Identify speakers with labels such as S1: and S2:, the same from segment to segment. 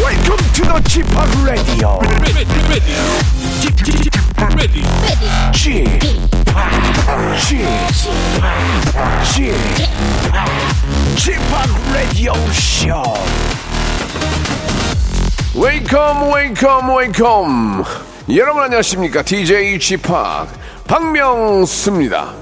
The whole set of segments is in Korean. S1: welcome to the Chip Radio.
S2: ready, ready, ready,
S1: Chip, Chip, Chip, Radio Show. Welcome, welcome, welcome. 여러분 안녕하십니까? DJ G p 박명수입니다.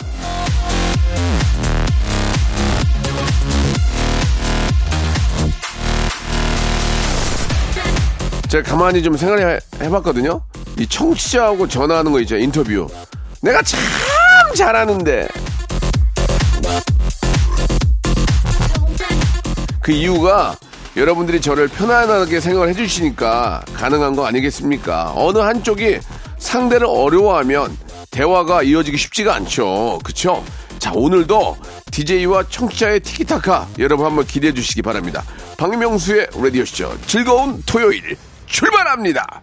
S1: 제가 가만히 좀 생각해 해봤거든요. 이 청취자하고 전화하는 거 있죠 인터뷰. 내가 참 잘하는데 그 이유가 여러분들이 저를 편안하게 생각을 해주시니까 가능한 거 아니겠습니까? 어느 한쪽이 상대를 어려워하면 대화가 이어지기 쉽지가 않죠. 그쵸? 자, 오늘도 DJ와 청취자의 티키타카 여러분 한번 기대해 주시기 바랍니다. 박명수의 라디오쇼 즐거운 토요일 출발합니다.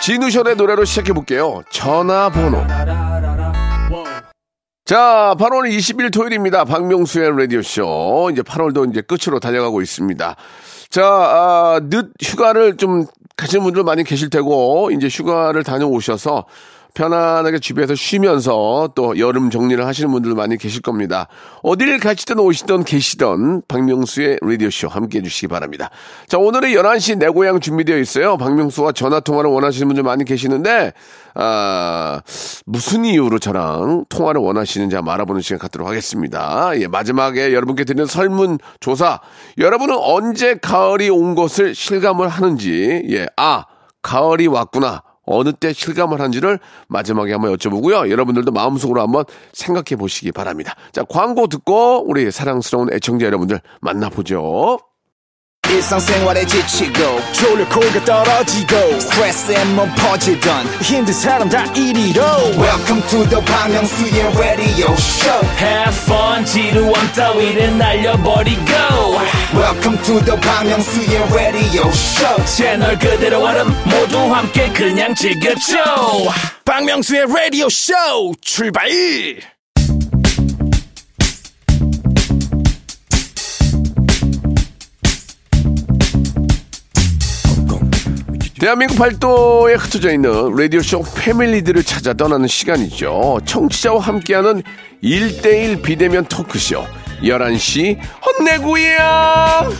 S1: 진우션의 노래로 시작해 볼게요. 전화번호. 자, 8월 20일 토요일입니다. 박명수의 라디오쇼. 이제 8월도 이제 끝으로 달려가고 있습니다. 자, 아, 늦 휴가를 좀 가시는 분들 많이 계실 테고, 이제 휴가를 다녀오셔서 편안하게 집에서 쉬면서 또 여름 정리를 하시는 분들 많이 계실 겁니다. 어딜 가시든 오시든 계시던 박명수의 라디오쇼 함께 해주시기 바랍니다. 자, 오늘의 11시 내 고향 준비되어 있어요. 박명수와 전화통화를 원하시는 분들 많이 계시는데, 아, 무슨 이유로 저랑 통화를 원하시는지 한번 알아보는 시간 갖도록 하겠습니다. 예, 마지막에 여러분께 드리는 설문조사. 여러분은 언제 가을이 온 것을 실감을 하는지, 예, 아, 가을이 왔구나. 어느 때 실감을 한지를 마지막에 한번 여쭤보고요. 여러분들도 마음속으로 한번 생각해 보시기 바랍니다. 자, 광고 듣고 우리 사랑스러운 애청자 여러분들 만나보죠.
S3: 일상생활에 지치고, 졸려 코가 떨어지고, 스트레스에 몸 퍼지던, 힘든 사람 다 이리로. welcome to the Bang Myung-soo's radio show
S4: Have fun 지루함 따위를 날려버리고
S3: welcome to the Bang Myung-soo's radio show
S4: 채널 그대로 얼음 모두 함께 그냥 즐겨줘
S2: 박명수의 라디오 쇼 출발!
S1: 대한민국 팔도에 흩어져 있는 라디오쇼 패밀리들을 찾아 떠나는 시간이죠. 청취자와 함께하는 1대1 비대면 토크쇼. 11시 혼내구야!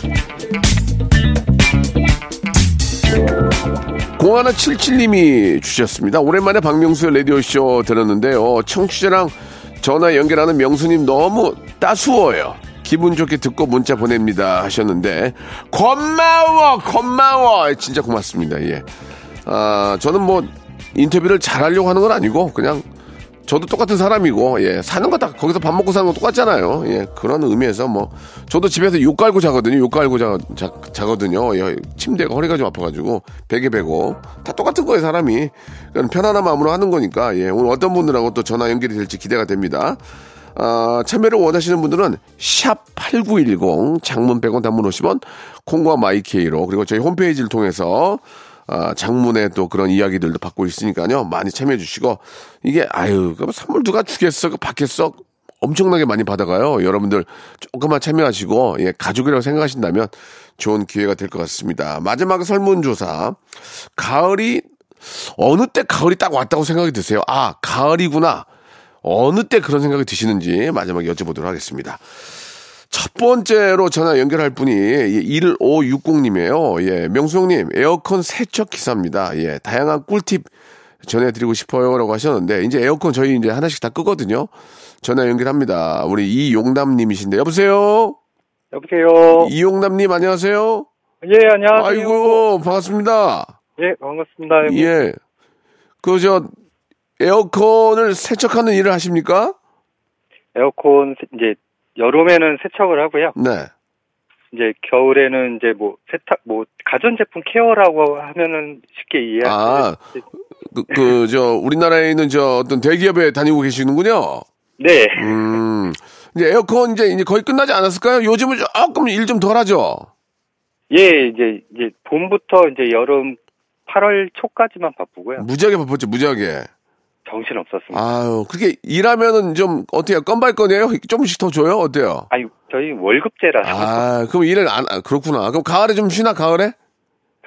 S1: 0177님이 주셨습니다. 오랜만에 박명수의 라디오쇼 들었는데요. 청취자랑 전화 연결하는 명수님 너무 따스워요. 기분 좋게 듣고 문자 보냅니다 하셨는데 고마워 고마워 진짜 고맙습니다 예. 아 저는 뭐 인터뷰를 잘하려고 하는 건 아니고 그냥 저도 똑같은 사람이고 예 사는 거 다 거기서 밥 먹고 사는 거 똑같잖아요 예 그런 의미에서 뭐 저도 집에서 욕 깔고 자거든요 욕 깔고 자, 자, 거든요 예, 침대가 허리가 좀 아파가지고 베개 베고 다 똑같은 거예요 사람이 그냥 편안한 마음으로 하는 거니까 예 오늘 어떤 분들하고 또 전화 연결이 될지 기대가 됩니다 아, 참여를 원하시는 분들은 샵8910 장문 100원 단문 50원 콩과 마이케이로 그리고 저희 홈페이지를 통해서 아, 장문의 또 그런 이야기들도 받고 있으니까요. 많이 참여해 주시고 이게 아유, 그럼 선물 누가 주겠어? 그 받겠어? 엄청나게 많이 받아가요. 여러분들 조금만 참여하시고 예, 가족이라고 생각하신다면 좋은 기회가 될 것 같습니다. 마지막 설문조사. 가을이 어느 때 가을이 딱 왔다고 생각이 드세요? 아, 가을이구나. 어느 때 그런 생각이 드시는지 마지막에 여쭤보도록 하겠습니다. 첫 번째로 전화 연결할 분이 1560님이에요. 예, 명수 형님, 에어컨 세척 기사입니다. 예, 다양한 꿀팁 전해드리고 싶어요. 라고 하셨는데, 이제 에어컨 저희 이제 하나씩 다 끄거든요. 전화 연결합니다. 우리 이용남님이신데, 여보세요?
S5: 여보세요.
S1: 이용남님, 안녕하세요?
S5: 예, 어. 안녕하세요.
S1: 아이고, 반갑습니다.
S5: 예, 반갑습니다.
S1: 예. 그, 저, 에어컨을 세척하는 일을 하십니까?
S5: 에어컨 세- 이제 여름에는 세척을 하고요.
S1: 네.
S5: 이제 겨울에는 이제 뭐 세탁 뭐 가전 제품 케어라고 하면은 쉽게 이해할
S1: 아,
S5: 수 있-
S1: 그, 그, 저, 우리나라에 있는 저 어떤 대기업에 다니고 계시는군요.
S5: 네.
S1: 음. 이제 에어컨 이제, 이제 거의 끝나지 않았을까요? 요즘은 조금 일 좀 덜 하죠?
S5: 예, 이제 이제 봄부터 이제 여름 8월 초까지만 바쁘고요.
S1: 무지하게 바빴죠, 무지하게.
S5: 정신 없었습니다.
S1: 아유, 그게 일하면은 좀 어때요? 건발건이에요? 조금씩 더 줘요? 어때요?
S5: 아. 니 저희 월급제라서
S1: 아, 그럼 일을 안, 아, 그렇구나. 그럼 가을에 좀 쉬나, 가을에?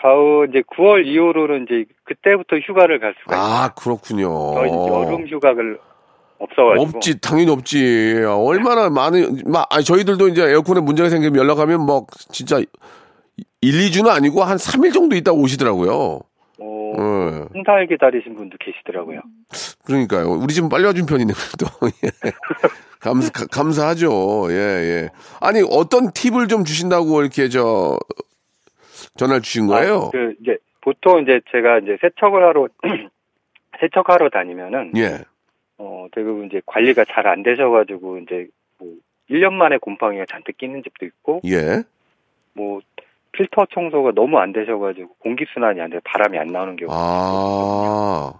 S5: 가을 이제 9월 이후로는 이제 그때부터 휴가를 갈 수가 네. 있어요.
S1: 아, 그렇군요.
S5: 저희 이제 여름 휴가를 없어가지고
S1: 없지, 당연히 없지. 얼마나 많은, 막, 아니, 저희들도 이제 에어컨에 문제가 생기면 연락하면 뭐, 진짜, 1, 2주는 아니고 한 3일 정도 있다 오시더라고요.
S5: 어,
S1: 예.
S5: 한 달 기다리신 분도 계시더라고요.
S1: 그러니까요. 우리 집은 빨리 와준 편이네, 그래도. 예. 감사, 가- 감사하죠. 예, 예. 아니, 어떤 팁을 좀 주신다고 이렇게 저, 전화를 주신 거예요?
S5: 아, 그 이제 보통 이제 제가 이제 세척을 하러 세척하러 다니면은
S1: 예.
S5: 어 대부분 이제 관리가 잘 안 되셔가지고 이제 뭐 1년 만에 곰팡이가 잔뜩 끼는 집도 있고
S1: 예.
S5: 뭐 필터 청소가 너무 안 되셔가지고 공기 순환이 안 돼 바람이 안 나오는 경우
S1: 아,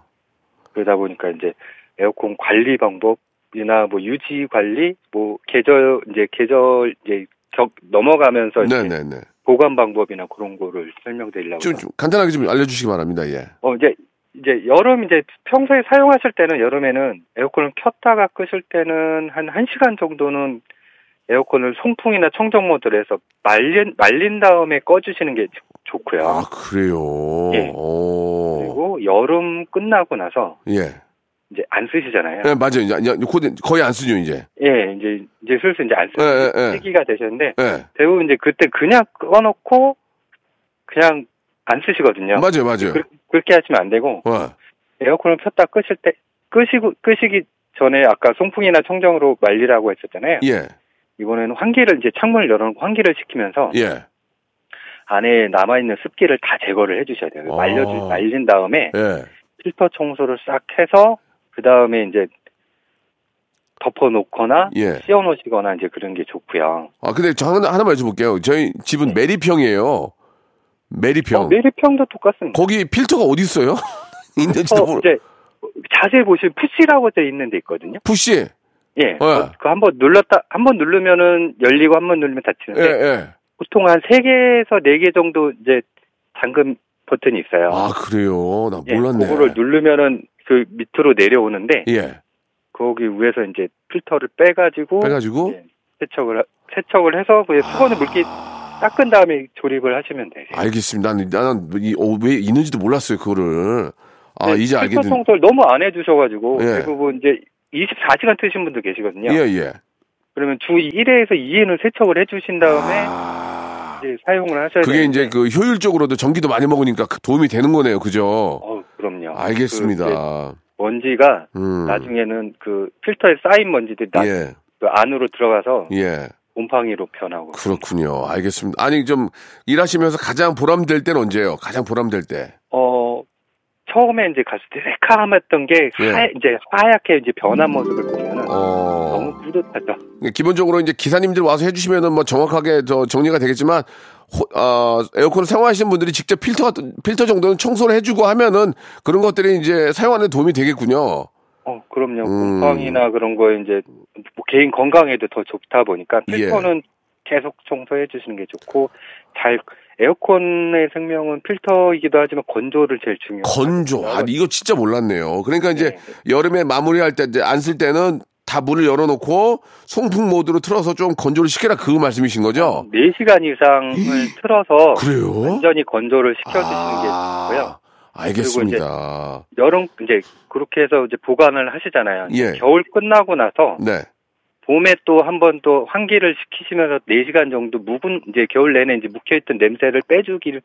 S5: 그러다 보니까 이제 에어컨 관리 방법이나 뭐 유지 관리 뭐 계절 이제 계절 이제 격 넘어가면서 이제
S1: 네네네.
S5: 보관 방법이나 그런 거를 설명드리려고
S1: 좀, 좀 간단하게 좀 알려주시기 바랍니다. 예.
S5: 어 이제 이제 여름 이제 평소에 사용하실 때는 여름에는 에어컨을 켰다가 끄실 때는 한 1시간 정도는 에어컨을 송풍이나 청정 모드로 해서 말린 말린 다음에 꺼 주시는 게 좋고요.
S1: 아, 그래요.
S5: 예.
S1: 오.
S5: 그리고 여름 끝나고 나서
S1: 예.
S5: 이제 안 쓰시잖아요.
S1: 예, 맞아요. 이제, 이제 곧 거의 안 쓰죠, 이제.
S5: 예, 이제 이제 슬슬 이제 안
S1: 예,
S5: 쓰는
S1: 예, 예.
S5: 시기가 되셨는데
S1: 예.
S5: 대부분 이제 그때 그냥 꺼 놓고 그냥 안 쓰시거든요.
S1: 맞아요, 맞아요.
S5: 그- 그렇게 하시면 안 되고
S1: 어.
S5: 에어컨을 폈다 끄실 때 끄시고 끄시기 전에 아까 송풍이나 청정으로 말리라고 했었잖아요.
S1: 예.
S5: 이번에는 환기를 이제 창문을 열어놓고 환기를 시키면서
S1: 예.
S5: 안에 남아 있는 습기를 다 제거를 해주셔야 돼요.
S1: 아.
S5: 말려 말린 다음에
S1: 예.
S5: 필터 청소를 싹 해서 그 다음에 이제 덮어놓거나
S1: 예.
S5: 씌워놓으시거나 이제 그런 게 좋고요.
S1: 아, 근데 저 하나, 하나만 여쭤볼게요. 저희 집은 메리평이에요. 메리평.
S5: 네. 어, 매립형도 똑같습니다.
S1: 거기 필터가 어디 있어요? 있는지도
S5: 어,
S1: 모르.
S5: 이제 자세히 보시면 푸시라고 돼 있는 데 있거든요.
S1: 푸시.
S5: 예,
S1: 예.
S5: 어, 그 한번 눌렀다 한번 누르면은 열리고 한번 누르면
S1: 예,
S5: 닫히는데
S1: 예.
S5: 보통 한 3개에서 4개 정도 이제 잠금 버튼이 있어요.
S1: 아, 그래요. 나
S5: 예,
S1: 몰랐네.
S5: 그거를 누르면은 그 밑으로 내려오는데
S1: 예.
S5: 거기 위에서 이제 필터를 빼가지고
S1: 빼가지고. 아.
S5: 예, 세척을 하- 세척을 해서 그 수건을 물기 닦은 다음에 조립을 하시면 돼요.
S1: 알겠습니다. 나는, 나는 이, 어, 왜 있는지도 몰랐어요, 그거를. 아,
S5: 근데
S1: 이제
S5: 네, 필터
S1: 알게 된.
S5: 청소를 너무 안 해주셔가지고
S1: 예.
S5: 대부분 이제 24시간 트신 분도 계시거든요.
S1: 예, 예.
S5: 그러면 주 1회에서 2회는 세척을 해주신 다음에
S1: 아,
S5: 이제 사용을 하셔야
S1: 그게
S5: 되는데
S1: 이제 그 효율적으로도 전기도 많이 먹으니까 그 도움이 되는 거네요, 그죠?
S5: 어, 그럼요. 그 이제
S1: 알겠습니다.
S5: 먼지가
S1: 음.
S5: 나중에는 그 필터에 쌓인 먼지들이 나,
S1: 예,
S5: 그 안으로 들어가서
S1: 예.
S5: 곰팡이로 변하고
S1: 그렇군요. 알겠습니다. 아니, 좀, 일하시면서 가장 보람될 때는 언제예요? 가장 보람될 때.
S5: 어 처음에 이제 갔을 때 새카맣던 게
S1: 예. 음.
S5: 하얗, 이제 하얗게 이제 변한 모습을 보면은
S1: 어,
S5: 너무 뿌듯하죠.
S1: 기본적으로 이제 기사님들 와서 해주시면은 뭐 정확하게 저 정리가 되겠지만, 호- 어, 에어컨을 사용하시는 분들이 직접 필터, 필터 정도는 청소를 해주고 하면은 그런 것들이 이제 사용하는 데 도움이 되겠군요.
S5: 어 그럼요.
S1: 음.
S5: 곰팡이나 그런 거에 이제 뭐 개인 건강에도 더 좋다 보니까
S1: 예.
S5: 필터는 계속 청소해 주시는 게 좋고 잘 에어컨의 생명은 필터이기도 하지만 건조를 제일 중요해요.
S1: 건조. 아, 이거 진짜 몰랐네요. 그러니까 이제
S5: 네.
S1: 여름에 마무리할 때, 이제 안 쓸 때는 다 문을 열어놓고 송풍 모드로 틀어서 좀 건조를 시켜라 그 말씀이신 거죠?
S5: 4시간 이상을 틀어서
S1: 그래요? 아,
S5: 완전히 건조를 시켜주시는 게 좋고요.
S1: 알겠습니다.
S5: 여름 이제 그렇게 해서 이제 보관을 하시잖아요.
S1: 예.
S5: 겨울 끝나고 나서
S1: 네.
S5: 봄에 또 한 번 또 환기를 시키시면서 4시간 정도 묵은 이제 겨울 내내 이제 묵혀 있던 냄새를 빼주기를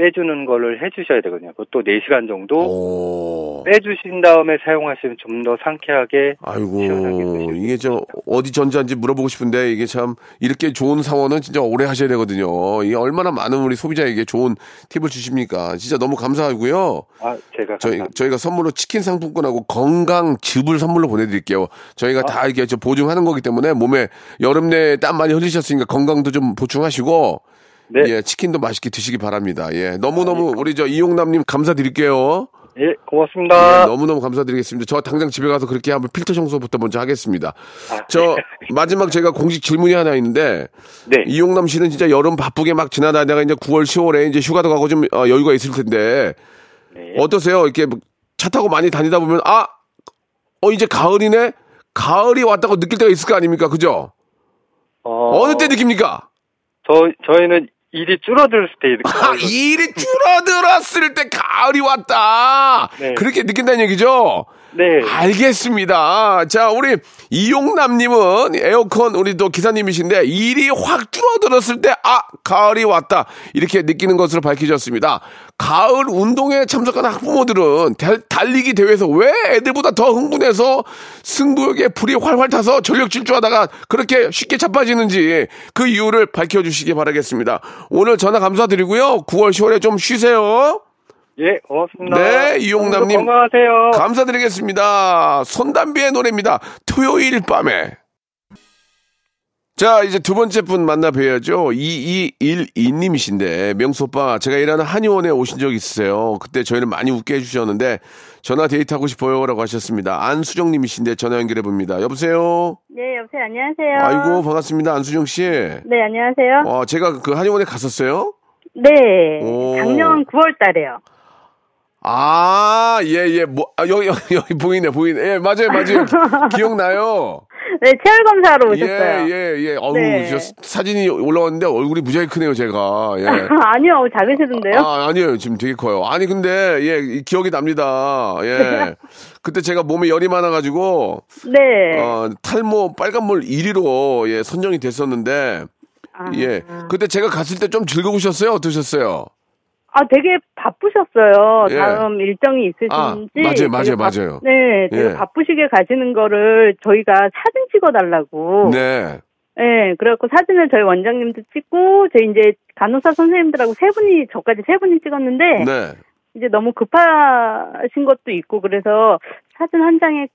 S5: 빼주는 거를 해 주셔야 되거든요. 그것도 4시간 정도
S1: 오.
S5: 빼 주신 다음에 사용하시면 좀 더 상쾌하게 시원하게
S1: 아이고,
S5: 드시고
S1: 이게 저 어디 전자인지 물어보고 싶은데 이게 참 이렇게 좋은 상원은 진짜 오래 하셔야 되거든요. 이게 얼마나 많은 우리 소비자에게 좋은 팁을 주십니까? 진짜 너무 감사하고요.
S5: 아, 제가
S1: 저희,
S5: 감사합니다.
S1: 저희가 선물로 치킨 상품권하고 건강즙을 선물로 보내드릴게요. 저희가 다 이게 저 보증하는 거기 때문에 몸에 여름 내에 땀 많이 흘리셨으니까 건강도 좀 보충하시고
S5: 네.
S1: 예, 치킨도 맛있게 드시기 바랍니다. 예, 너무너무 우리 저 이용남님 감사드릴게요.
S5: 예,
S1: 예,
S5: 고맙습니다.
S1: 너무너무 감사드리겠습니다. 저 당장 집에 가서 그렇게 한번 필터 청소부터 먼저 하겠습니다.
S5: 아,
S1: 저 마지막 제가 공식 질문이 하나 있는데
S5: 네.
S1: 이용남 씨는 진짜 여름 바쁘게 막 지나다니다가 이제 9월, 10월에 이제 휴가도 가고 좀 어, 여유가 있을 텐데
S5: 네.
S1: 어떠세요? 이렇게 차 타고 많이 다니다 보면 아 어 이제 가을이네. 가을이 왔다고 느낄 때가 있을 거 아닙니까? 그죠?
S5: 어,
S1: 어... 느때 느낍니까?
S5: 저 저희는 일이 줄어들 그 때
S1: 아, 일이 줄어들었을 때 가을이 왔다.
S5: 네.
S1: 그렇게 느낀다는 얘기죠.
S5: 네.
S1: 알겠습니다. 자, 우리 이용남님은 에어컨 우리 또 기사님이신데 일이 확 줄어들었을 때 아, 가을이 왔다. 이렇게 느끼는 것으로 밝히셨습니다. 가을 운동에 참석한 학부모들은 달- 달리기 대회에서 왜 애들보다 더 흥분해서 승부욕에 불이 활활 타서 전력 질주하다가 그렇게 쉽게 자빠지는지 그 이유를 밝혀주시기 바라겠습니다. 오늘 전화 감사드리고요. 9월, 10월에 좀 쉬세요.
S5: 예, 고맙습니다.
S1: 네, 이용남님.
S5: 모두 건강하세요.
S1: 감사드리겠습니다. 손담비의 노래입니다. 토요일 밤에. 자, 이제 두 번째 분 만나 뵈야죠. 2212님이신데, 명소빠, 제가 일하는 한의원에 오신 적 있으세요. 그때 저희를 많이 웃게 해주셨는데, 전화 데이트하고 싶어요. 라고 하셨습니다. 안수정님이신데, 전화 연결해봅니다. 여보세요?
S6: 네, 여보세요. 안녕하세요.
S1: 아이고, 반갑습니다. 안수정씨.
S6: 네, 안녕하세요.
S1: 와, 제가 그 한의원에 갔었어요?
S6: 네.
S1: 오.
S6: 작년 9월 달에요.
S1: 아, 예, 예, 뭐, 아, 여기, 여기, 여기 보이네, 보이네. 예, 맞아요, 맞아요. 기- 기억나요?
S6: 네, 체열 검사로
S1: 예,
S6: 오셨어요.
S1: 예, 예. 어우,
S6: 네.
S1: 저 사진이 올라왔는데 얼굴이 무지하게 크네요, 제가. 예.
S6: 아니요, 작으시던데요?
S1: 아, 아니에요. 지금 되게 커요. 아니, 근데, 예, 이 기억이 납니다. 예. 그때 제가 몸에 열이 많아가지고,
S6: 네.
S1: 어, 탈모 빨간물 1위로, 예, 선정이 됐었는데,
S6: 아.
S1: 예. 그때 제가 갔을 때 좀 즐거우셨어요? 어떠셨어요?
S6: 아, 되게 바쁘셨어요.
S1: 예.
S6: 다음 일정이 있으신지.
S1: 아, 맞아요, 맞아요,
S6: 되게 바-
S1: 맞아요.
S6: 네, 되게
S1: 예.
S6: 바쁘시게 가시는 거를 저희가 사진 찍어달라고.
S1: 네.
S6: 예, 그래갖고 사진을 저희 원장님도 찍고, 저희 이제 간호사 선생님들하고 세 분이, 저까지 세 분이 찍었는데.
S1: 네.
S6: 이제 너무 급하신 것도 있고 그래서 사진 한 장에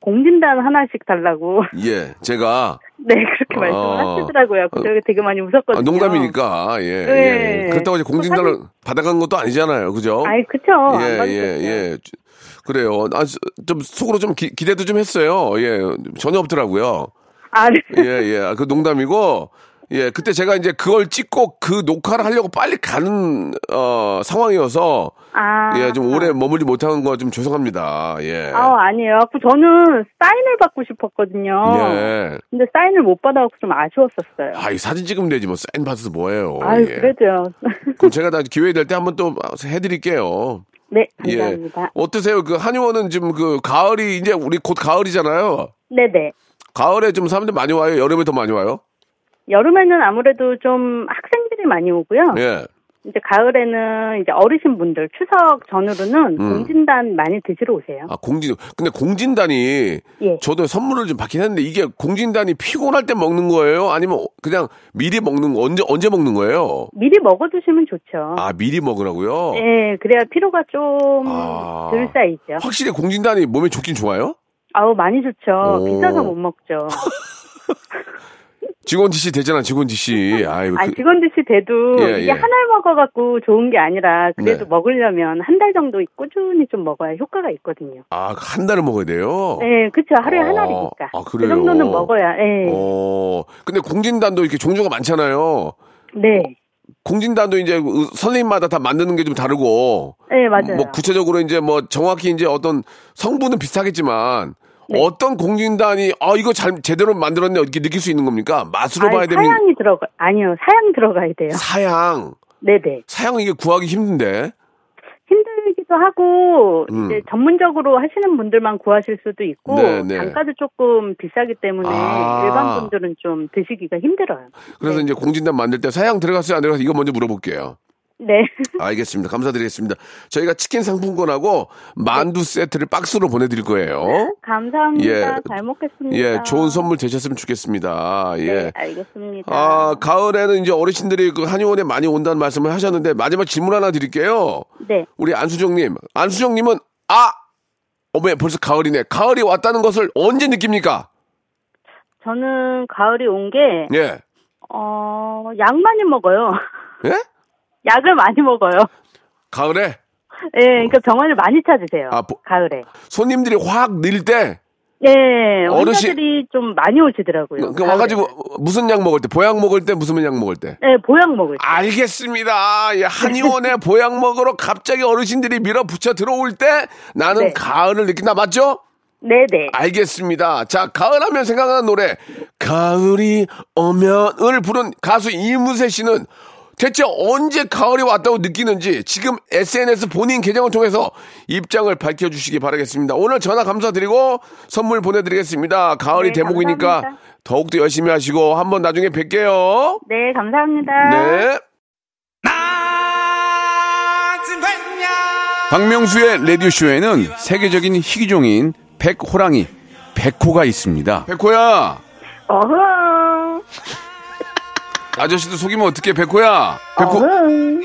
S6: 공진단 하나씩 달라고
S1: 예. 제가,
S6: 네 그렇게
S1: 아. 어.
S6: 말씀을 하시더라고요. 그래서 제가 되게 많이 웃었거든요.
S1: 아, 농담이니까, 예, 예.
S6: 네.
S1: 그렇다고 이제 공진단을 받아간 것도 아니잖아요. 그죠?
S6: 아이 그쵸.
S1: 예,
S6: 안
S1: 예,
S6: 받으셨어요.
S1: 예. 그래요. 아, 좀 속으로 좀 기, 대도좀 했어요. 예, 전혀 없더라고요.
S6: 아, 네.
S1: 예, 예. 아, 그 농담이고, 예, 그때 제가 이제 그걸 찍고 그 녹화를 하려고 빨리 가는, 어, 상황이어서,
S6: 아,
S1: 예, 좀 오래 머물지 못한 거 좀 죄송합니다. 예.
S6: 아 아니에요. 그 저는 사인을 받고 싶었거든요.
S1: 예.
S6: 근데 사인을 못 받아갖고 좀 아쉬웠었어요.
S1: 아, 이 사진 찍으면 되지, 뭐, 사인 받아서 뭐예요.
S6: 아유
S1: 예.
S6: 그래도요.
S1: 그럼 제가 다 기회 될 때 한번 또 해드릴게요.
S6: 네
S1: 예.
S6: 감사합니다.
S1: 어떠세요? 그 한의원은 지금 그 가을이, 이제 우리 곧 가을이잖아요.
S6: 네네.
S1: 가을에 좀 사람들 많이 와요? 여름에 더 많이 와요?
S6: 여름에는 아무래도 좀 학생들이 많이 오고요.
S1: 예.
S6: 이제 가을에는 이제 어르신분들 추석 전후로는 공진단 많이 드시러 오세요.
S1: 음. 아, 공진, 근데 공진단이
S6: 예.
S1: 저도 선물을 좀 받긴 했는데 이게 공진단이 피곤할 때 먹는 거예요? 아니면 그냥 미리 먹는 거, 언제, 언제 먹는 거예요?
S6: 미리 먹어두시면 좋죠.
S1: 아, 미리 먹으라고요?
S6: 예, 그래야 피로가 좀
S1: 아.
S6: 덜 쌓이죠.
S1: 확실히 공진단이 몸에 좋긴 좋아요?
S6: 아우, 많이 좋죠.
S1: 오.
S6: 비싸서 못 먹죠.
S1: 직원지 씨 되잖아, 직원지 씨. 아이,
S6: 아,
S1: 그-
S6: 직원들 씨 돼도
S1: 예, 예.
S6: 이게 하나를 먹어갖고 좋은 게 아니라 그래도
S1: 네.
S6: 먹으려면 한 달 정도 꾸준히 좀 먹어야 효과가 있거든요.
S1: 아, 한 달을 먹어야 돼요?
S6: 예, 그쵸. 하루에
S1: 아,
S6: 하나이니까.
S1: 아,
S6: 그
S1: 그래요?
S6: 정도는 먹어야, 예.
S1: 어, 근데 공진단도 이렇게 종류가 많잖아요.
S6: 네.
S1: 공진단도 이제 의- 선생님마다 다 만드는 게 좀 다르고
S6: 예, 맞아요.
S1: 뭐 구체적으로 이제 뭐 정확히 이제 어떤 성분은 비슷하겠지만
S6: 네.
S1: 어떤 공진단이 아 이거 잘 제대로 만들었네 이렇게 느낄 수 있는 겁니까? 맛으로
S6: 아니,
S1: 봐야 되면
S6: 사양이 들어가, 아니요. 사양 들어가야 돼요.
S1: 사양
S6: 네네.
S1: 사양 이게 구하기 힘든데
S6: 힘들기도 하고
S1: 음.
S6: 이제 전문적으로 하시는 분들만 구하실 수도 있고
S1: 네, 네.
S6: 단가도 조금 비싸기 때문에
S1: 아.
S6: 일반 분들은 좀 드시기가 힘들어요.
S1: 그래서 이제 공진단 만들 때 사양 들어갔어요 안 들어갔어요 이거 먼저 물어볼게요.
S6: 네.
S1: 알겠습니다. 감사드리겠습니다. 저희가 치킨 상품권하고
S6: 네.
S1: 만두 세트를 박스로 보내드릴 거예요.
S6: 감사합니다.
S1: 예.
S6: 잘 먹겠습니다.
S1: 예, 좋은 선물 되셨으면 좋겠습니다. 예.
S6: 네, 알겠습니다.
S1: 아, 가을에는 이제 어르신들이 그 한의원에 많이 온다는 말씀을 하셨는데 마지막 질문 하나 드릴게요.
S6: 네.
S1: 우리 안수정님, 안수정님은 아, 어머, 벌써 가을이네. 가을이 왔다는 것을 언제 느낍니까?
S6: 저는 가을이 온 게,
S1: 예,
S6: 어, 약 많이 먹어요.
S1: 예?
S6: 약을 많이 먹어요.
S1: 가을에
S6: 예, 그러니까 병원을 많이 찾으세요.
S1: 아, 보-
S6: 가을에.
S1: 손님들이 확 늘 때,
S6: 예,
S1: 어르신-
S6: 환자들이 좀 많이 오시더라고요.
S1: 그
S6: 가을에.
S1: 와가지고 무슨 약 먹을 때, 보약 먹을 때, 무슨 약 먹을 때.
S6: 예, 보약 먹을
S1: 아.
S6: 때.
S1: 알겠습니다. 예, 한의원에 보약 먹으러 갑자기 어르신들이 밀어붙여 들어올 때 나는
S6: 네.
S1: 가을을 느낀다. 맞죠?
S6: 네네.
S1: 알겠습니다. 자, 가을 하면 생각나는 노래. 가을이 오면을 부른 가수 이문세 씨는 대체 언제 가을이 왔다고 느끼는지 지금 SNS 본인 계정을 통해서 입장을 밝혀주시기 바라겠습니다. 오늘 전화 감사드리고 선물 보내드리겠습니다. 가을이
S6: 네,
S1: 대목이니까
S6: 감사합니다.
S1: 더욱더 열심히 하시고 한번 나중에 뵐게요.
S6: 네, 감사합니다.
S1: 네.
S7: 박명수의 라디오쇼에는 세계적인 희귀종인 백호랑이, 백호가 있습니다.
S1: 백호야,
S6: 어흥.
S1: 아저씨도 속이면 어떡해, 백호야.
S7: 백호,
S6: 어흥.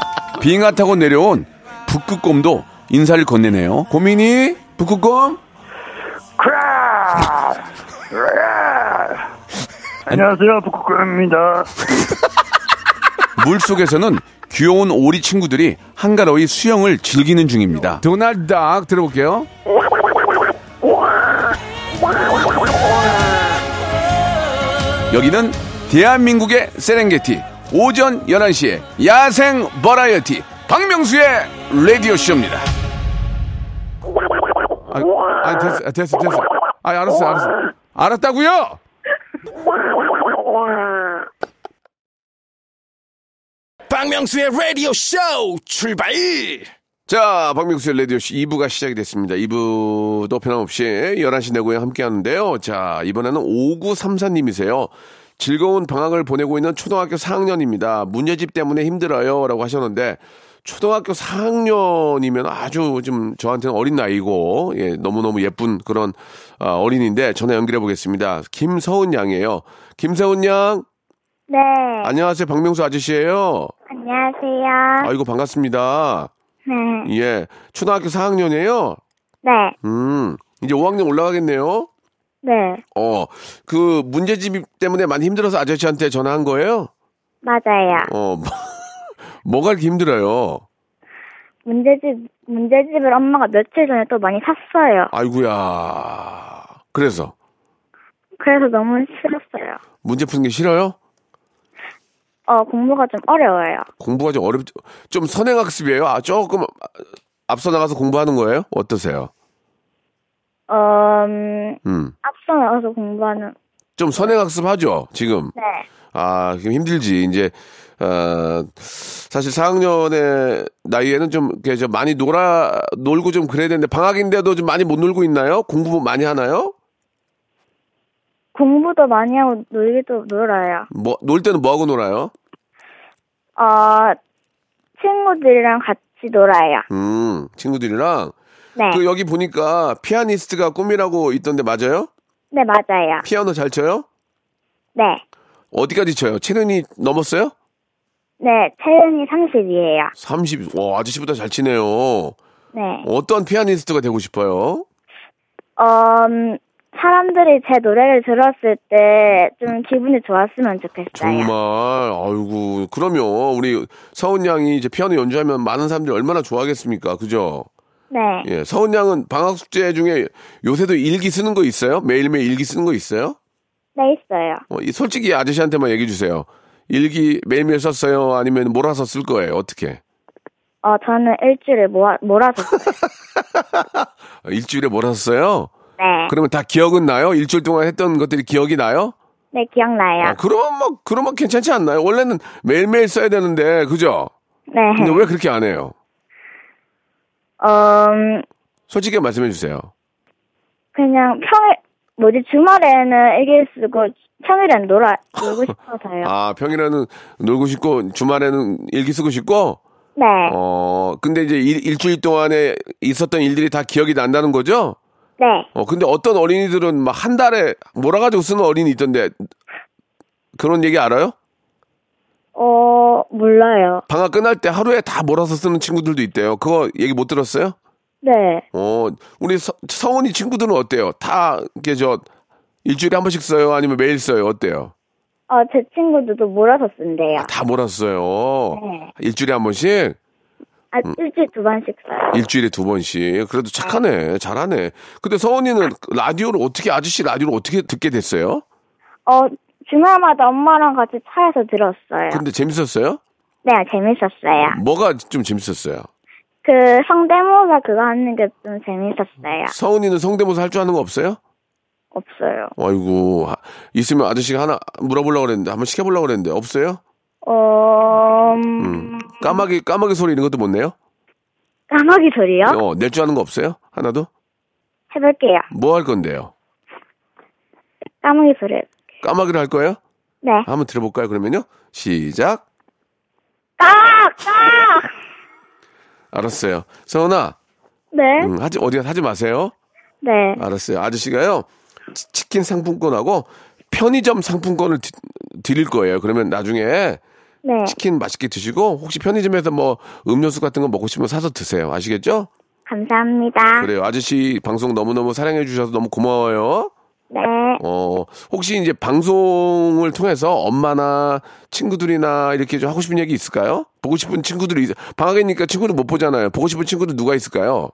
S7: 빙하 타고 내려온 북극곰도 인사를 건네네요. 고민이? 북극곰?
S8: 안녕하세요, 북극입니다.
S7: 물속에서는 귀여운 오리 친구들이 한가로이 수영을 즐기는 중입니다.
S1: 도날드 닥 들어볼게요.
S7: 여기는 대한민국의 세렝게티 오전 11시에 야생 버라이어티 박명수의 라디오쇼입니다.
S1: 아, 됐어, 아, 됐어, 됐어. 아, 알았어, 알았어. 알았다고요?
S2: 박명수의 라디오 쇼 출발
S1: 자, 박명수의 라디오쇼 2부가 시작이 됐습니다. 2부도 변함없이 11시 내고에 함께 하는데요. 자, 이번에는 5934님이세요. 즐거운 방학을 보내고 있는 초등학교 4학년입니다. 문제집 때문에 힘들어요. 라고 하셨는데, 초등학교 4학년이면 아주 좀 저한테는 어린 나이고, 예, 너무너무 예쁜 그런 아, 어린인데, 전화 연결해 보겠습니다. 김서은 양이에요. 김서은 양,
S9: 네,
S1: 안녕하세요. 박명수 아저씨예요
S9: 안녕하세요.
S1: 아이고, 반갑습니다.
S9: 네,
S1: 예. 초등학교 4학년이에요?
S9: 네,
S1: 음. 이제 5학년 올라가겠네요?
S9: 네,
S1: 어. 그 문제집 때문에 많이 힘들어서 아저씨한테 전화한 거예요?
S9: 맞아요.
S1: 어. 뭐- 뭐가 이렇게 힘들어요?
S9: 문제집, 문제집을 엄마가 며칠 전에 또 많이 샀어요.
S1: 아이고야. 그래서
S9: 그래서 너무 싫었어요.
S1: 문제 푸는 게 싫어요?
S9: 어, 공부가 좀 어려워요.
S1: 공부가 좀 어렵 좀 선행 학습이에요. 아, 조금 앞서 나가서 공부하는 거예요? 어떠세요?
S9: 어, 음,
S1: 음.
S9: 앞서 나가서 공부하는,
S1: 좀 선행 학습하죠, 지금.
S9: 네,
S1: 아, 지금 힘들지. 이제, 어, 사실 4학년의 나이에는 좀, 이렇게 좀 많이 놀아, 놀고 좀 그래야 되는데, 방학인데도 좀 많이 못 놀고 있나요? 공부 많이 하나요?
S9: 공부도 많이 하고 놀기도 놀아요.
S1: 뭐, 놀 때는 뭐하고 놀아요?
S9: 어, 친구들이랑 같이 놀아요.
S1: 음, 친구들이랑.
S9: 네,
S1: 그, 여기 보니까 피아니스트가 꿈이라고 있던데 맞아요?
S9: 네, 맞아요.
S1: 피아노 잘 쳐요?
S9: 네,
S1: 어디까지 쳐요? 체른이 넘었어요?
S9: 네, 채연이 30이에요.
S1: 30, 와, 아저씨보다 잘 치네요.
S9: 네,
S1: 어떤 피아니스트가 되고 싶어요?
S9: 어, 음, 사람들이 제 노래를 들었을 때 좀 기분이 좋았으면 좋겠어요.
S1: 정말 아이고 그러면 우리 서은 양이 이제 피아노 연주하면 많은 사람들이 얼마나 좋아하겠습니까 그죠
S9: 네.
S1: 예 서은 양은 방학 숙제 중에 요새도 일기 쓰는 거 있어요 매일매일 일기 쓰는 거 있어요
S9: 네, 있어요.
S1: 어, 이 솔직히 아저씨한테만 얘기해 주세요 일기 매일매일 썼어요 아니면 몰아서 쓸 거예요 어떻게
S9: 어, 저는 일주일에 모아, 몰아서.
S1: 아, 일주일에 몰아서 써요
S9: 네.
S1: 그러면 다 기억은 나요 일주일 동안 했던 것들이 기억이 나요
S9: 네, 기억나요.
S1: 아, 그러면 뭐 그러면 괜찮지 않나요 원래는 매일매일 써야 되는데 그죠
S9: 네.
S1: 근데 왜 그렇게 안 해요
S9: 어, 음,
S1: 솔직히 말씀해 주세요.
S9: 그냥 평일, 뭐지, 주말에는 일기 쓰고, 평일엔 놀아, 놀고 싶어서요.
S1: 아, 평일에는 놀고 싶고 주말에는 일기 쓰고 싶고
S9: 네.
S1: 어, 근데 이제 일, 주일 동안에 있었던 일들이 다 기억이 난다는 거죠?
S9: 네.
S1: 어, 근데 어떤 어린이들은 막 한 달에 몰아 가지고 쓰는 어린이 있던데 그런 얘기 알아요?
S9: 어, 몰라요.
S1: 방학 끝날 때 하루에 다 몰아서 쓰는 친구들도 있대요. 그거 얘기 못 들었어요?
S9: 네.
S1: 어, 우리 서, 성훈이 친구들은 어때요? 다 이게 저 일주일에 한 번씩 써요? 아니면 매일 써요? 어때요?
S9: 어, 제 친구들도 몰아서 쓴대요.
S1: 다 몰아서 써요.
S9: 네.
S1: 일주일에 한 번씩?
S9: 아, 일주일 두 번씩 써요.
S1: 음. 일주일에 두 번씩. 그래도 착하네. 잘하네. 근데 서원이는 라디오를 어떻게, 아저씨 라디오를 어떻게 듣게 됐어요?
S9: 어, 주말마다 엄마랑 같이 차에서 들었어요.
S1: 근데 재밌었어요? 음.
S9: 네, 재밌었어요.
S1: 뭐가 좀 재밌었어요?
S9: 그 성대모사 그거 하는 게 좀 재밌었어요.
S1: 서은이는 성대모사 할 줄 아는 거 없어요?
S9: 없어요.
S1: 아이고 하- 있으면 아저씨가 하나 물어보려고 그랬는데 한번 시켜보려고 그랬는데 없어요?
S9: 어, 음,
S1: 까마귀 까마귀 소리 이런 것도 못 내요?
S9: 까마귀 소리요?
S1: 어, 낼 줄 아는 거 없어요? 하나도?
S9: 해볼게요.
S1: 뭐 할 건데요?
S9: 까마귀 소리.
S1: 까마귀를 할 거예요?
S9: 네.
S1: 한번 들어볼까요? 그러면요. 시작.
S9: 까! 까!
S1: 알았어요. 서은아,
S9: 네.
S1: 음, 아. 하지 어디 하지 마세요.
S9: 네.
S1: 알았어요. 아저씨가요 치- 치킨 상품권하고 편의점 상품권을 드, 드릴 거예요. 그러면 나중에
S9: 네.
S1: 치킨 맛있게 드시고 혹시 편의점에서 뭐 음료수 같은 거 먹고 싶으면 사서 드세요. 아시겠죠?
S9: 감사합니다.
S1: 그래요. 아저씨 방송 너무너무 사랑해 주셔서 너무 고마워요.
S9: 네.
S1: 어, 혹시 이제 방송을 통해서 엄마나 친구들이나 이렇게 좀 하고 싶은 얘기 있을까요? 보고 싶은 친구들이, 있- 방학이니까 친구를 못 보잖아요. 보고 싶은 친구들 누가 있을까요?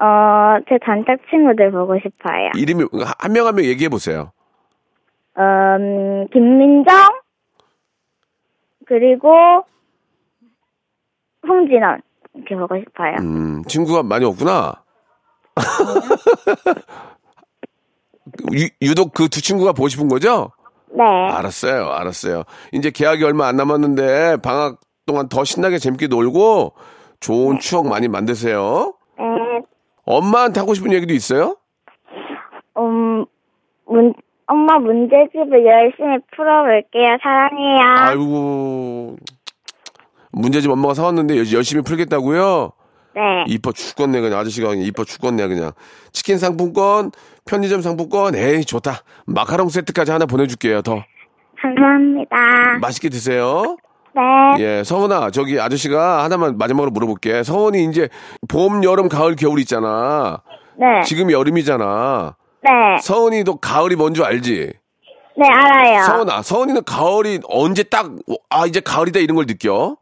S9: 어, 제 단짝 친구들 보고 싶어요.
S1: 이름이, 한 명 한 명 얘기해 보세요.
S9: 음, 김민정, 그리고 홍진원. 이렇게 보고 싶어요.
S1: 음, 친구가 많이 없구나. 유, 유독 그 두 친구가 보고 싶은 거죠?
S9: 네.
S1: 알았어요, 알았어요. 이제 계약이 얼마 안 남았는데 방학 동안 더 신나게 재밌게 놀고 좋은 추억 많이 만드세요.
S9: 네.
S1: 엄마한테 하고 싶은 얘기도 있어요?
S9: 음, 문, 엄마 문제집을 열심히 풀어볼게요. 사랑해요.
S1: 아이고 문제집 엄마가 사왔는데 여- 열심히 풀겠다고요?
S9: 네.
S1: 이뻐 죽겠네 그냥 아저씨가 그냥 이뻐 죽겠네 그냥 치킨 상품권 편의점 상품권 에이 좋다 마카롱 세트까지 하나 보내줄게요 더
S9: 감사합니다.
S1: 맛있게 드세요
S9: 네.
S1: 예 서원아 저기 아저씨가 하나만 마지막으로 물어볼게 서원이 이제 봄 여름 가을 겨울 있잖아
S9: 네.
S1: 지금 여름이잖아
S9: 네.
S1: 서원이도 가을이 뭔 줄 알지
S9: 네, 알아요.
S1: 서원아 서원이는 가을이 언제 딱 아 이제 가을이다 이런 걸 느껴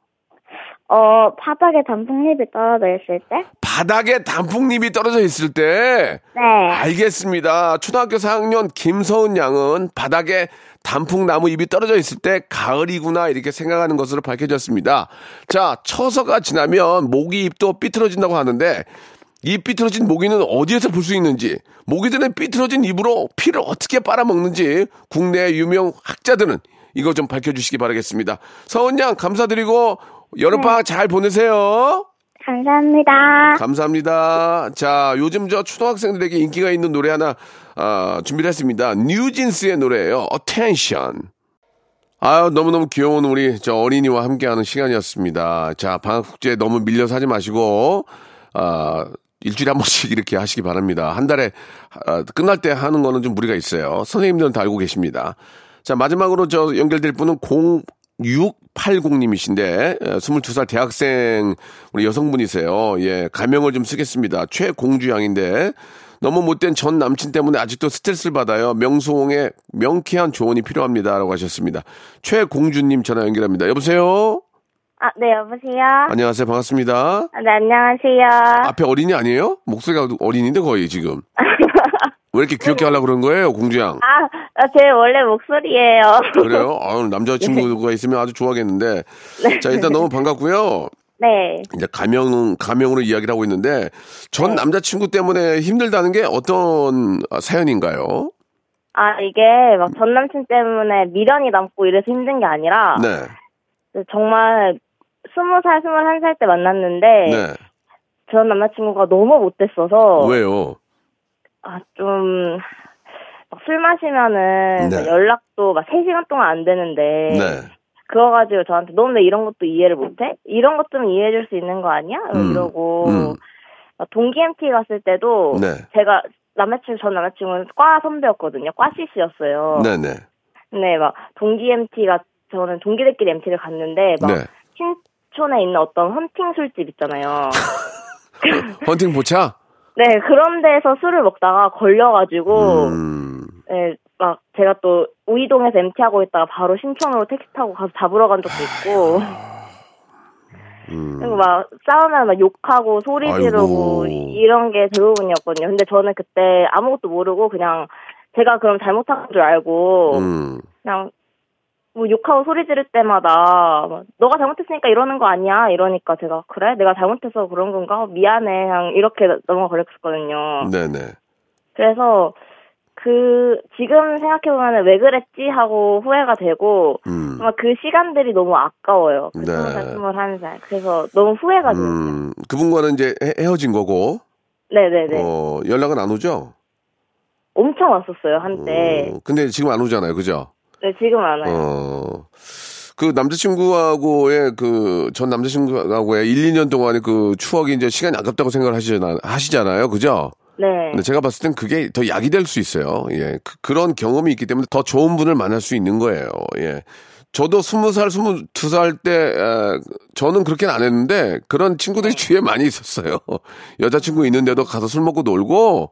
S9: 어, 바닥에 단풍잎이 떨어져 있을 때?
S1: 바닥에 단풍잎이 떨어져 있을 때 아.
S9: 네.
S1: 알겠습니다. 초등학교 4학년 김서은 양은 바닥에 단풍나무 잎이 떨어져 있을 때 가을이구나 이렇게 생각하는 것으로 밝혀졌습니다. 자, 처서가 지나면 모기 잎도 삐뚤어진다고 하는데 이 삐뚤어진 모기는 어디에서 볼 수 있는지 모기들은 삐뚤어진 잎으로 피를 어떻게 빨아먹는지 국내 유명 학자들은 이거 좀 밝혀주시기 바라겠습니다. 서은 양 감사드리고 여름방학 잘 보내세요.
S9: 감사합니다.
S1: 감사합니다. 자, 요즘 저 초등학생들에게 인기가 있는 노래 하나 아, 준비를 했습니다. 뉴진스의 노래예요. Attention. 아유, 너무너무 귀여운 우리 저 어린이와 함께하는 시간이었습니다. 자, 방학 숙제 너무 밀려서 하지 마시고 아, 일주일에 한 번씩 이렇게 하시기 바랍니다. 한 달에 아, 끝날 때 하는 거는 좀 무리가 있어요. 선생님들은 다 알고 계십니다. 자, 마지막으로 저 연결될 분은 0680님이신데 22살 대학생 우리 여성분이세요. 예, 가명을 좀 쓰겠습니다. 최공주 양인데 너무 못된 전 남친 때문에 아직도 스트레스를 받아요. 명수홍의 명쾌한 조언이 필요합니다라고 하셨습니다. 최공주님 전화 연결합니다. 여보세요.
S9: 아, 네, 여보세요?
S1: 안녕하세요. 반갑습니다.
S9: 아, 네, 안녕하세요.
S1: 앞에 어린이 아니에요? 목소리가 어린인데 거의 지금. 왜 이렇게 귀엽게 하려고 그런 거예요, 공주 양?
S9: 아, 네. 아, 제 원래 목소리예요.
S1: 그래요? 아유, 남자친구가 있으면 아주 좋아하겠는데. 자, 일단 너무 반갑고요.
S9: 네.
S1: 이제 가명, 가명으로 이야기를 하고 있는데, 전 남자친구 때문에 힘들다는 게 어떤 아, 사연인가요?
S9: 아, 이게 막 전 남친 때문에 미련이 남고 이래서 힘든 게 아니라 그
S1: 네.
S9: 정말 스무 살, 스물한 살 때 만났는데
S1: 네.
S9: 전 남자친구가 너무 못됐어서
S1: 왜요?
S9: 아, 좀... 막 술 마시면은
S1: 네.
S9: 막 연락도 막 3시간 동안 안 되는데
S1: 네.
S9: 그거 가지고 저한테 너 왜 이런 것도 이해를 못해? 이런 것 좀 이해해줄 수 있는 거 아니야?
S1: 음,
S9: 이러고
S1: 음.
S9: 막 동기 MT 갔을 때도
S1: 네.
S9: 제가 남자친구 전 남자친구는 과 선배였거든요. 과 CC였어요.
S1: 네네.
S9: 근데 막 동기 MT가 저는 동기들끼리 MT를 갔는데 막
S1: 네.
S9: 신촌에 있는 어떤 헌팅 술집 있잖아요.
S1: 헌팅 보차?
S9: 네 그런 데서 술을 먹다가 걸려가지고
S1: 음.
S9: 네, 막 제가 또 우이동에서 MT 하고 있다가 바로 신촌으로 택시 타고 가서 잡으러 간 적도 있고.
S1: 음,
S9: 그리고 막 싸우면 막 욕하고 소리
S1: 아이고.
S9: 지르고 이런 게 대부분이었거든요. 근데 저는 그때 아무것도 모르고 그냥 제가 그럼 잘못한 줄 알고
S1: 음.
S9: 그냥
S6: 뭐 욕하고 소리 지를 때마다 막 너가 잘못했으니까 이러는 거 아니야 이러니까 제가 그래 내가 잘못해서 그런 건가 어, 미안해 그냥 이렇게 넘어가
S1: 음.
S6: 버렸거든요.
S1: 네네.
S6: 그래서 그 지금 생각해 보면 왜 그랬지 하고 후회가 되고
S1: 음.
S6: 정말 그 시간들이 너무 아까워요. 그
S1: 네.
S6: 20살, 21살. 그래서 너무 후회가 돼요.
S1: 음, 그분과는 이제 헤- 헤어진 거고,
S6: 네네네.
S1: 어, 연락은 안 오죠?
S6: 엄청 왔었어요, 한때.
S1: 어, 근데 지금 안 오잖아요. 그죠?
S6: 네, 지금 안 와요.
S1: 어. 그 남자친구하고의 그, 전 남자친구하고의 1, 2년 동안의 그 추억이 이제 시간이 아깝다고 생각을 하시잖아, 하시잖아요. 그죠?
S6: 네.
S1: 근데 제가 봤을 땐 그게 더 약이 될 수 있어요. 예. 그, 런 경험이 있기 때문에 더 좋은 분을 만날 수 있는 거예요. 예. 저도 스무 살, 스무 두 살 때, 에, 저는 그렇게는 안 했는데, 그런 친구들이 주위에 많이 있었어요. 여자친구 있는데도 가서 술 먹고 놀고,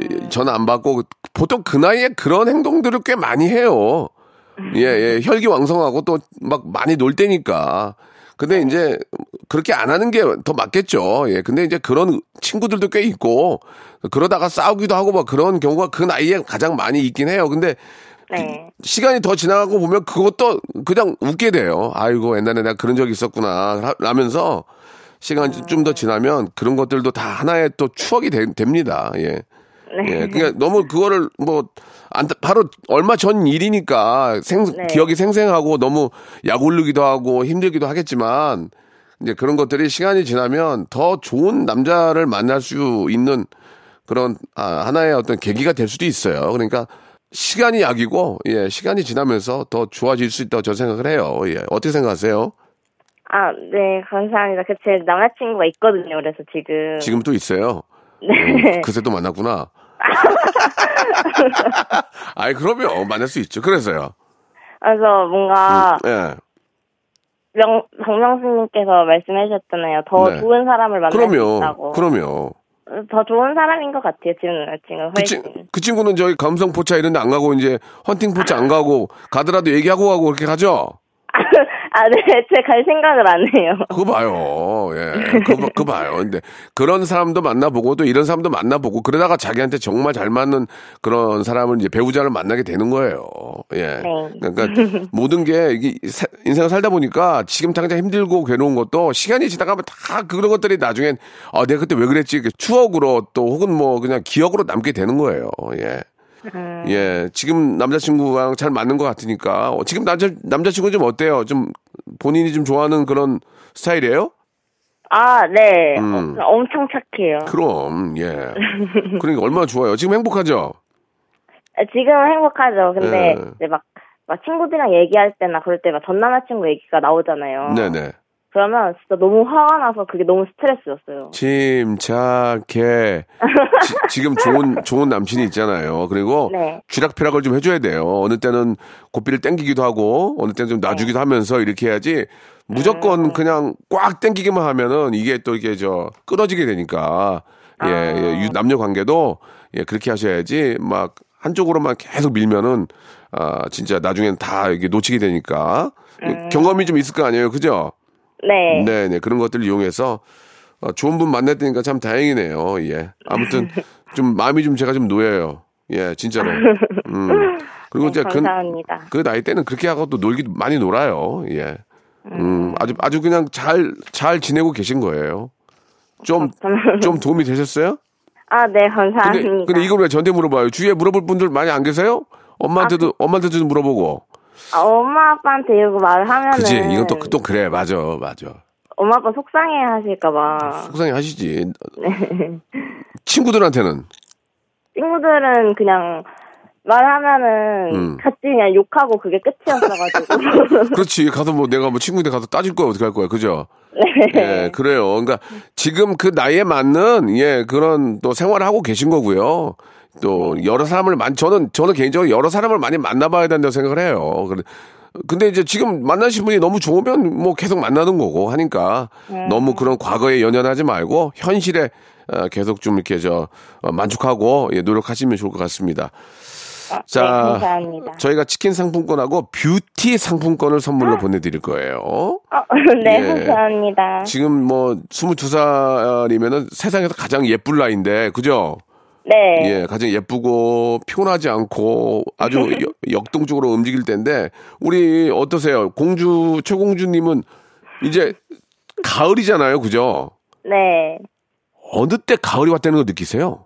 S1: 예, 저는 안 받고, 보통 그 나이에 그런 행동들을 꽤 많이 해요. 예, 예. 혈기왕성하고 또 막 많이 놀 때니까. 근데 이제 그렇게 안 하는 게 더 맞겠죠. 예. 근데 이제 그런 친구들도 꽤 있고 그러다가 싸우기도 하고 막 그런 경우가 그 나이에 가장 많이 있긴 해요. 근데
S6: 네.
S1: 시간이 더 지나가고 보면 그것도 그냥 웃게 돼요. 아이고 옛날에 내가 그런 적이 있었구나 라- 라면서 시간이 좀 더 지나면 그런 것들도 다 하나의 또 추억이 되- 됩니다. 예.
S6: 네.
S1: 예, 그러니까 너무 그거를 뭐 안, 바로 얼마 전 일이니까 생,
S6: 네.
S1: 기억이 생생하고 너무 약올르기도 하고 힘들기도 하겠지만 이제 그런 것들이 시간이 지나면 더 좋은 남자를 만날 수 있는 그런 아, 하나의 어떤 계기가 될 수도 있어요. 그러니까 시간이 약이고 예, 시간이 지나면서 더 좋아질 수 있다고 저는 생각을 해요. 예, 어떻게 생각하세요?
S6: 아, 네, 감사합니다. 그 제 남자친구가 있거든요. 그래서 지금.
S1: 지금 또 있어요.
S6: 네.
S1: 그새 또 만났구나. 아이 그럼요 만날 수 있죠. 그래서요.
S6: 그래서 뭔가
S1: 예.
S6: 명, 박명수님께서 말씀해주셨잖아요. 더
S1: 네.
S6: 좋은 사람을 만날 수
S1: 그럼요.
S6: 있다고.
S1: 그럼요.
S6: 더 좋은 사람인 것 같아요. 지금 남자친구
S1: 그,
S6: 훨씬.
S1: 친, 그 친구는 저기 감성 포차 이런 데 안 가고 이제 헌팅 포차 안 가고 가더라도 얘기하고 가고 그렇게 가죠.
S6: 아, 네, 제 갈 생각을 안 해요.
S1: 그거 봐요. 예. 그거, 그 봐요. 근데 그런 사람도 만나보고 또 이런 사람도 만나보고 그러다가 자기한테 정말 잘 맞는 그런 사람을 이제 배우자를 만나게 되는 거예요. 예. 그러니까 모든 게 이게 사- 인생을 살다 보니까 지금 당장 힘들고 괴로운 것도 시간이 지나가면 다 그런 것들이 나중엔 아, 내가 그때 왜 그랬지? 이렇게 추억으로 또 혹은 뭐 그냥 기억으로 남게 되는 거예요. 예.
S6: 음,
S1: 예, 지금 남자친구랑 잘 맞는 것 같으니까 어, 지금 남자 남자친구 좀 어때요? 좀 본인이 좀 좋아하는 그런 스타일이에요?
S6: 아, 네.
S1: 음.
S6: 어, 엄청 착해요.
S1: 그럼 예. 그러니까 얼마나 좋아요. 지금 행복하죠?
S6: 아, 지금은 행복하죠. 근데
S1: 그 네.
S6: 이제 막, 막 친구들이랑 얘기할 때나 그럴 때 막 전 남자친구 얘기가 나오잖아요.
S1: 네네.
S6: 그러면 진짜 너무 화가 나서 그게 너무 스트레스였어요.
S1: 침착해. 지, 금 좋은 좋은 남친이 있잖아요. 그리고
S6: 네.
S1: 쥐락펴락을 좀 해줘야 돼요. 어느 때는 고삐를 땡기기도 하고 어느 때는 좀
S6: 네.
S1: 놔주기도 하면서 이렇게 해야지 무조건
S6: 음.
S1: 그냥 꽉 땡기기만 하면은 이게 또 이게 저 끊어지게 되니까 예,
S6: 아.
S1: 예, 유- 남녀 관계도 예 그렇게 하셔야지 막 한쪽으로만 계속 밀면은 아 진짜 나중엔 다 이게 놓치게 되니까
S6: 음.
S1: 예, 경험이 좀 있을 거 아니에요, 그죠?
S6: 네.
S1: 네, 네. 그런 것들을 이용해서 어, 좋은 분 만났다니까 참 다행이네요. 예. 아무튼 좀 마음이 좀 제가 좀 놓여요. 예, 진짜로. 음. 그리고
S6: 네,
S1: 이제 그,
S6: 감사합니다.
S1: 그 나이 때는 그렇게 하고 또 놀기 많이 놀아요. 예. 음, 아주 아주 그냥 잘 잘 지내고 계신 거예요. 좀 좀 도움이 되셨어요?
S6: 아, 네, 감사합니다.
S1: 근데 근데 이걸 왜 저한테 물어봐요? 주위에 물어볼 분들 많이 안 계세요? 엄마한테도 엄마한테도 물어보고.
S6: 아, 엄마 아빠한테 네. 이거 말을 하면은
S1: 그지? 이건 또 그- 또 그래. 맞아. 맞아.
S6: 엄마 아빠 속상해 하실까 봐.
S1: 아, 속상해 하시지.
S6: 네.
S1: 친구들한테는
S6: 친구들은 그냥 말하면은
S1: 음.
S6: 같이 그냥 욕하고 그게 끝이었어 가지고.
S1: 그렇지. 가서 뭐 내가 뭐 친구한테 가서 따질 거야. 어떻게 할 거야. 그죠?
S6: 네.
S1: 예, 그래요. 그러니까 지금 그 나이에 맞는 예, 그런 또 생활을 하고 계신 거고요. 또 여러 사람을 만 저는 저는 개인적으로 여러 사람을 많이 만나 봐야 된다고 생각을 해요. 그래- 근데 이제 지금 만나신 분이 너무 좋으면 뭐 계속 만나는 거고 하니까
S6: 네.
S1: 너무 그런 과거에 연연하지 말고 현실에 어, 계속 좀 이렇게 저 어, 만족하고 예, 노력하시면 좋을 것 같습니다.
S6: 네, 감사합니다.
S1: 저희가 치킨 상품권하고 뷰티 상품권을 선물로 보내드릴 거예요.
S6: 어, 네,
S1: 예.
S10: 아.
S6: 감사합니다.
S1: 지금 뭐 22살이면은 세상에서 가장 예쁠 나이인데 그죠?
S10: 네.
S1: 예, 가장 예쁘고 피곤하지 않고 아주 역- 역동적으로 움직일 때인데 우리 어떠세요? 공주 최공주님은 이제 가을이잖아요, 그죠?
S10: 네.
S1: 어느 때 가을이 왔다는 걸 느끼세요?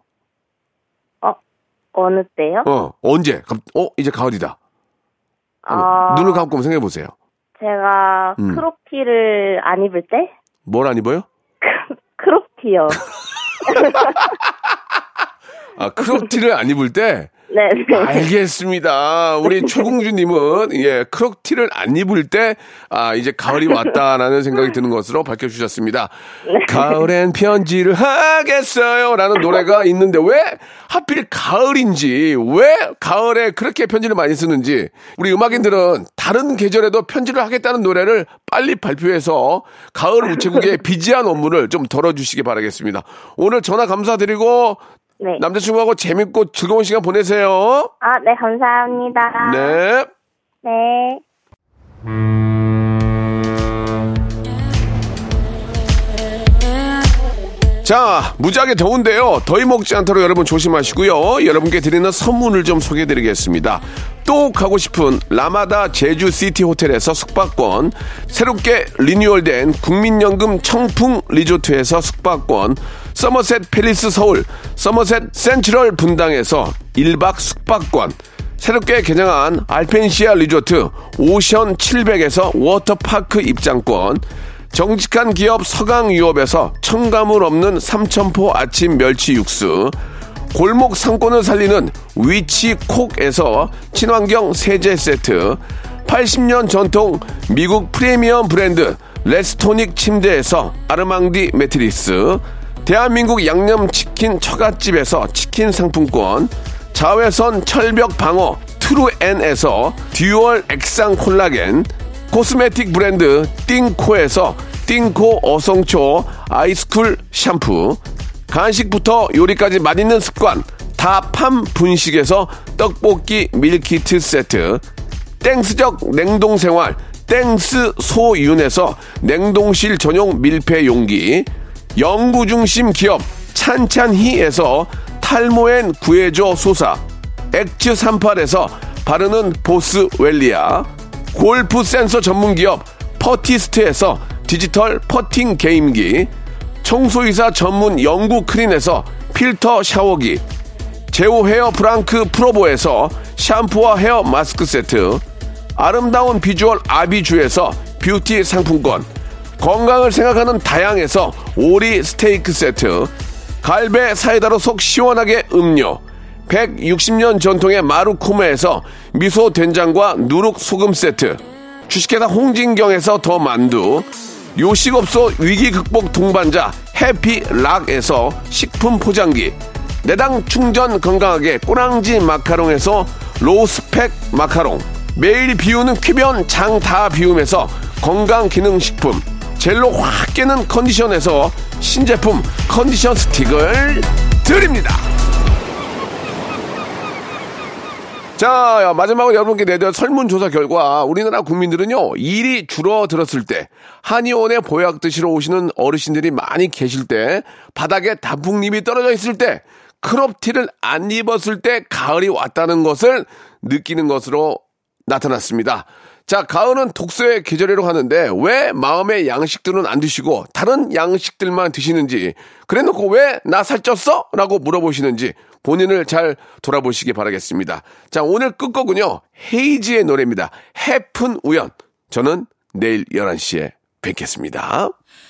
S10: 어느 때요?
S1: 어, 언제? 갑- 어, 이제 가을이다.
S10: 아,
S1: 눈을 감고 생각해 보세요.
S10: 제가
S1: 어, 음.
S10: 크롭티를 안 입을 때?
S1: 뭘 안 입어요?
S10: 크롭티요.
S1: 아, 크롭티를 안 입을 때
S10: 네. 네.
S1: 아, 알겠습니다. 우리 최공주님은 예 크롭티를 안 입을 때 아 이제 가을이 왔다라는 생각이 드는 것으로 밝혀주셨습니다. 가을엔 편지를 하겠어요라는 노래가 있는데 왜 하필 가을인지 왜 가을에 그렇게 편지를 많이 쓰는지 우리 음악인들은 다른 계절에도 편지를 하겠다는 노래를 빨리 발표해서 가을 우체국의 비지한 업무를 좀 덜어주시기 바라겠습니다. 오늘 전화 감사드리고
S10: 네.
S1: 남자친구하고 재밌고 즐거운 시간 보내세요.
S10: 아, 네, 감사합니다.
S1: 네.
S10: 네.
S1: 자, 무지하게 더운데요. 더위 먹지 않도록 여러분 조심하시고요. 여러분께 드리는 선물을 좀 소개해 드리겠습니다. 또 가고 싶은 라마다 제주시티 호텔에서 숙박권, 새롭게 리뉴얼된 국민연금 청풍 리조트에서 숙박권, 서머셋 팰리스 서울, 서머셋 센트럴 분당에서 1박 숙박권, 새롭게 개장한 알펜시아 리조트 오션 700에서 워터파크 입장권 정직한 기업 서강유업에서 첨가물 없는 삼천포 아침 멸치 육수 골목 상권을 살리는 위치콕에서 친환경 세제 세트 80년 전통 미국 프리미엄 브랜드 레스토닉 침대에서 아르망디 매트리스 대한민국 양념치킨 처갓집에서 치킨 상품권 자외선 철벽 방어 트루엔에서 듀얼 액상 콜라겐 코스메틱 브랜드 띵코에서 띵코 어성초 아이스쿨 샴푸 간식부터 요리까지 맛있는 습관 다팜 분식에서 떡볶이 밀키트 세트 땡스적 냉동 생활 땡스 소윤에서 냉동실 전용 밀폐 용기 연구 중심 기업 찬찬히에서 탈모엔 구해줘 소사 엑츠 38에서 바르는 보스 웰리아 골프 센서 전문 기업 퍼티스트에서 디지털 퍼팅 게임기 청소이사 전문 영구 크린에서 필터 샤워기 제오 헤어 프랑크 프로보에서 샴푸와 헤어 마스크 세트, 아름다운 비주얼 아비주에서 뷰티 상품권, 건강을 생각하는 다양에서 오리 스테이크 세트, 갈배 사이다로 속 시원하게 음료, 160년 전통의 마루코메에서 미소 된장과 누룩 소금 세트, 주식회사 홍진경에서 더 만두, 요식업소 위기 극복 동반자 해피락에서 식품 포장기, 내당 충전 건강하게 꼬랑지 마카롱에서 로스펙 마카롱 매일 비우는 퀴변 장 다 비움에서 건강기능식품 젤로 확 깨는 컨디션에서 신제품 컨디션 스틱을 드립니다 자, 마지막으로 여러분께 내드릴 설문조사 결과 우리나라 국민들은요, 일이 줄어들었을 때, 한의원에 보약 드시러 오시는 어르신들이 많이 계실 때, 바닥에 단풍잎이 떨어져 있을 때, 크롭티를 안 입었을 때 가을이 왔다는 것을 느끼는 것으로 나타났습니다. 자, 가을은 독서의 계절이라고 하는데 왜 마음의 양식들은 안 드시고 다른 양식들만 드시는지 그래놓고 왜 나 살쪘어? 라고 물어보시는지 본인을 잘 돌아보시기 바라겠습니다. 자, 오늘 끝곡은요. 헤이지의 노래입니다. 해픈 우연. 저는 내일 11시에 뵙겠습니다.